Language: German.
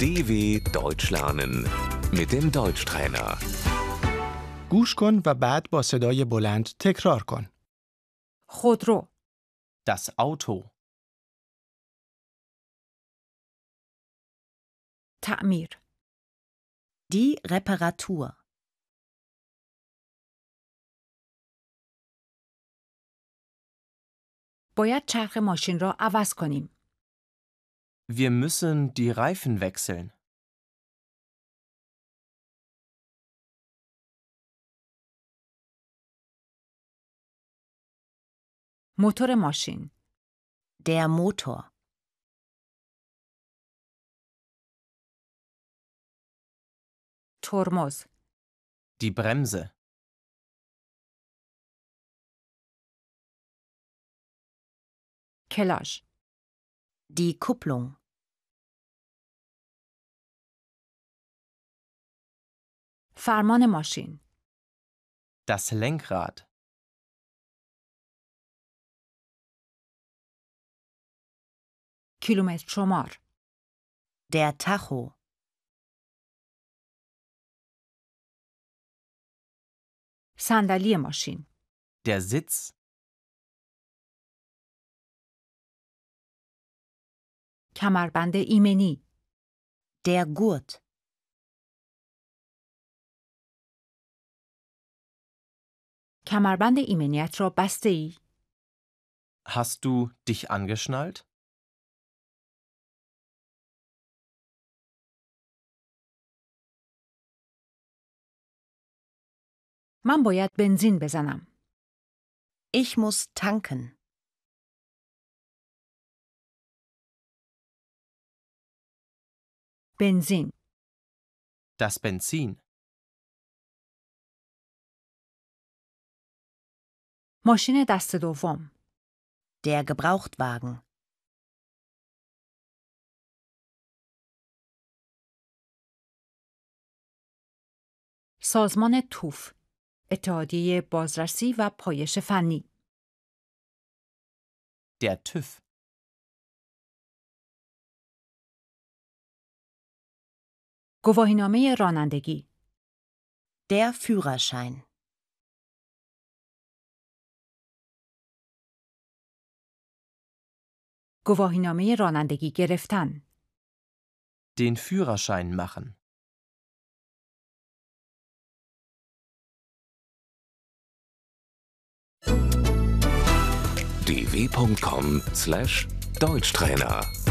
DW Deutsch lernen mit dem Deutschtrainer. گوش کن و بعد با صدای بلند تکرار کن. خودرو Das Auto. تعمیر Die Reparatur. باید چرخ ماشین را عوض کنیم Wir müssen die Reifen wechseln. موتور ماشین Der Motor. ترمز Die Bremse. کلاش Die Kupplung. فرمان ماشین Das Lenkrad. کیلومتر شمار Der Tacho. صندلی ماشین Der Sitz. کمربند ایمنی Der Gurt. کمربند ایمنیت را بسته ای Hast du dich angeschnallt? من باید بنزین بزنم Ich muss tanken. بنزین Das Benzin. ماشین دست دوم Der Gebrauchtwagen. سازمان توف اتحادیه بازرسی و پایش فنی Der TÜV. گواهینامه رانندگی Der Führerschein. گواهینامه رانندگی گرفتن Den Führerschein machen. dw.com/deutschtrainer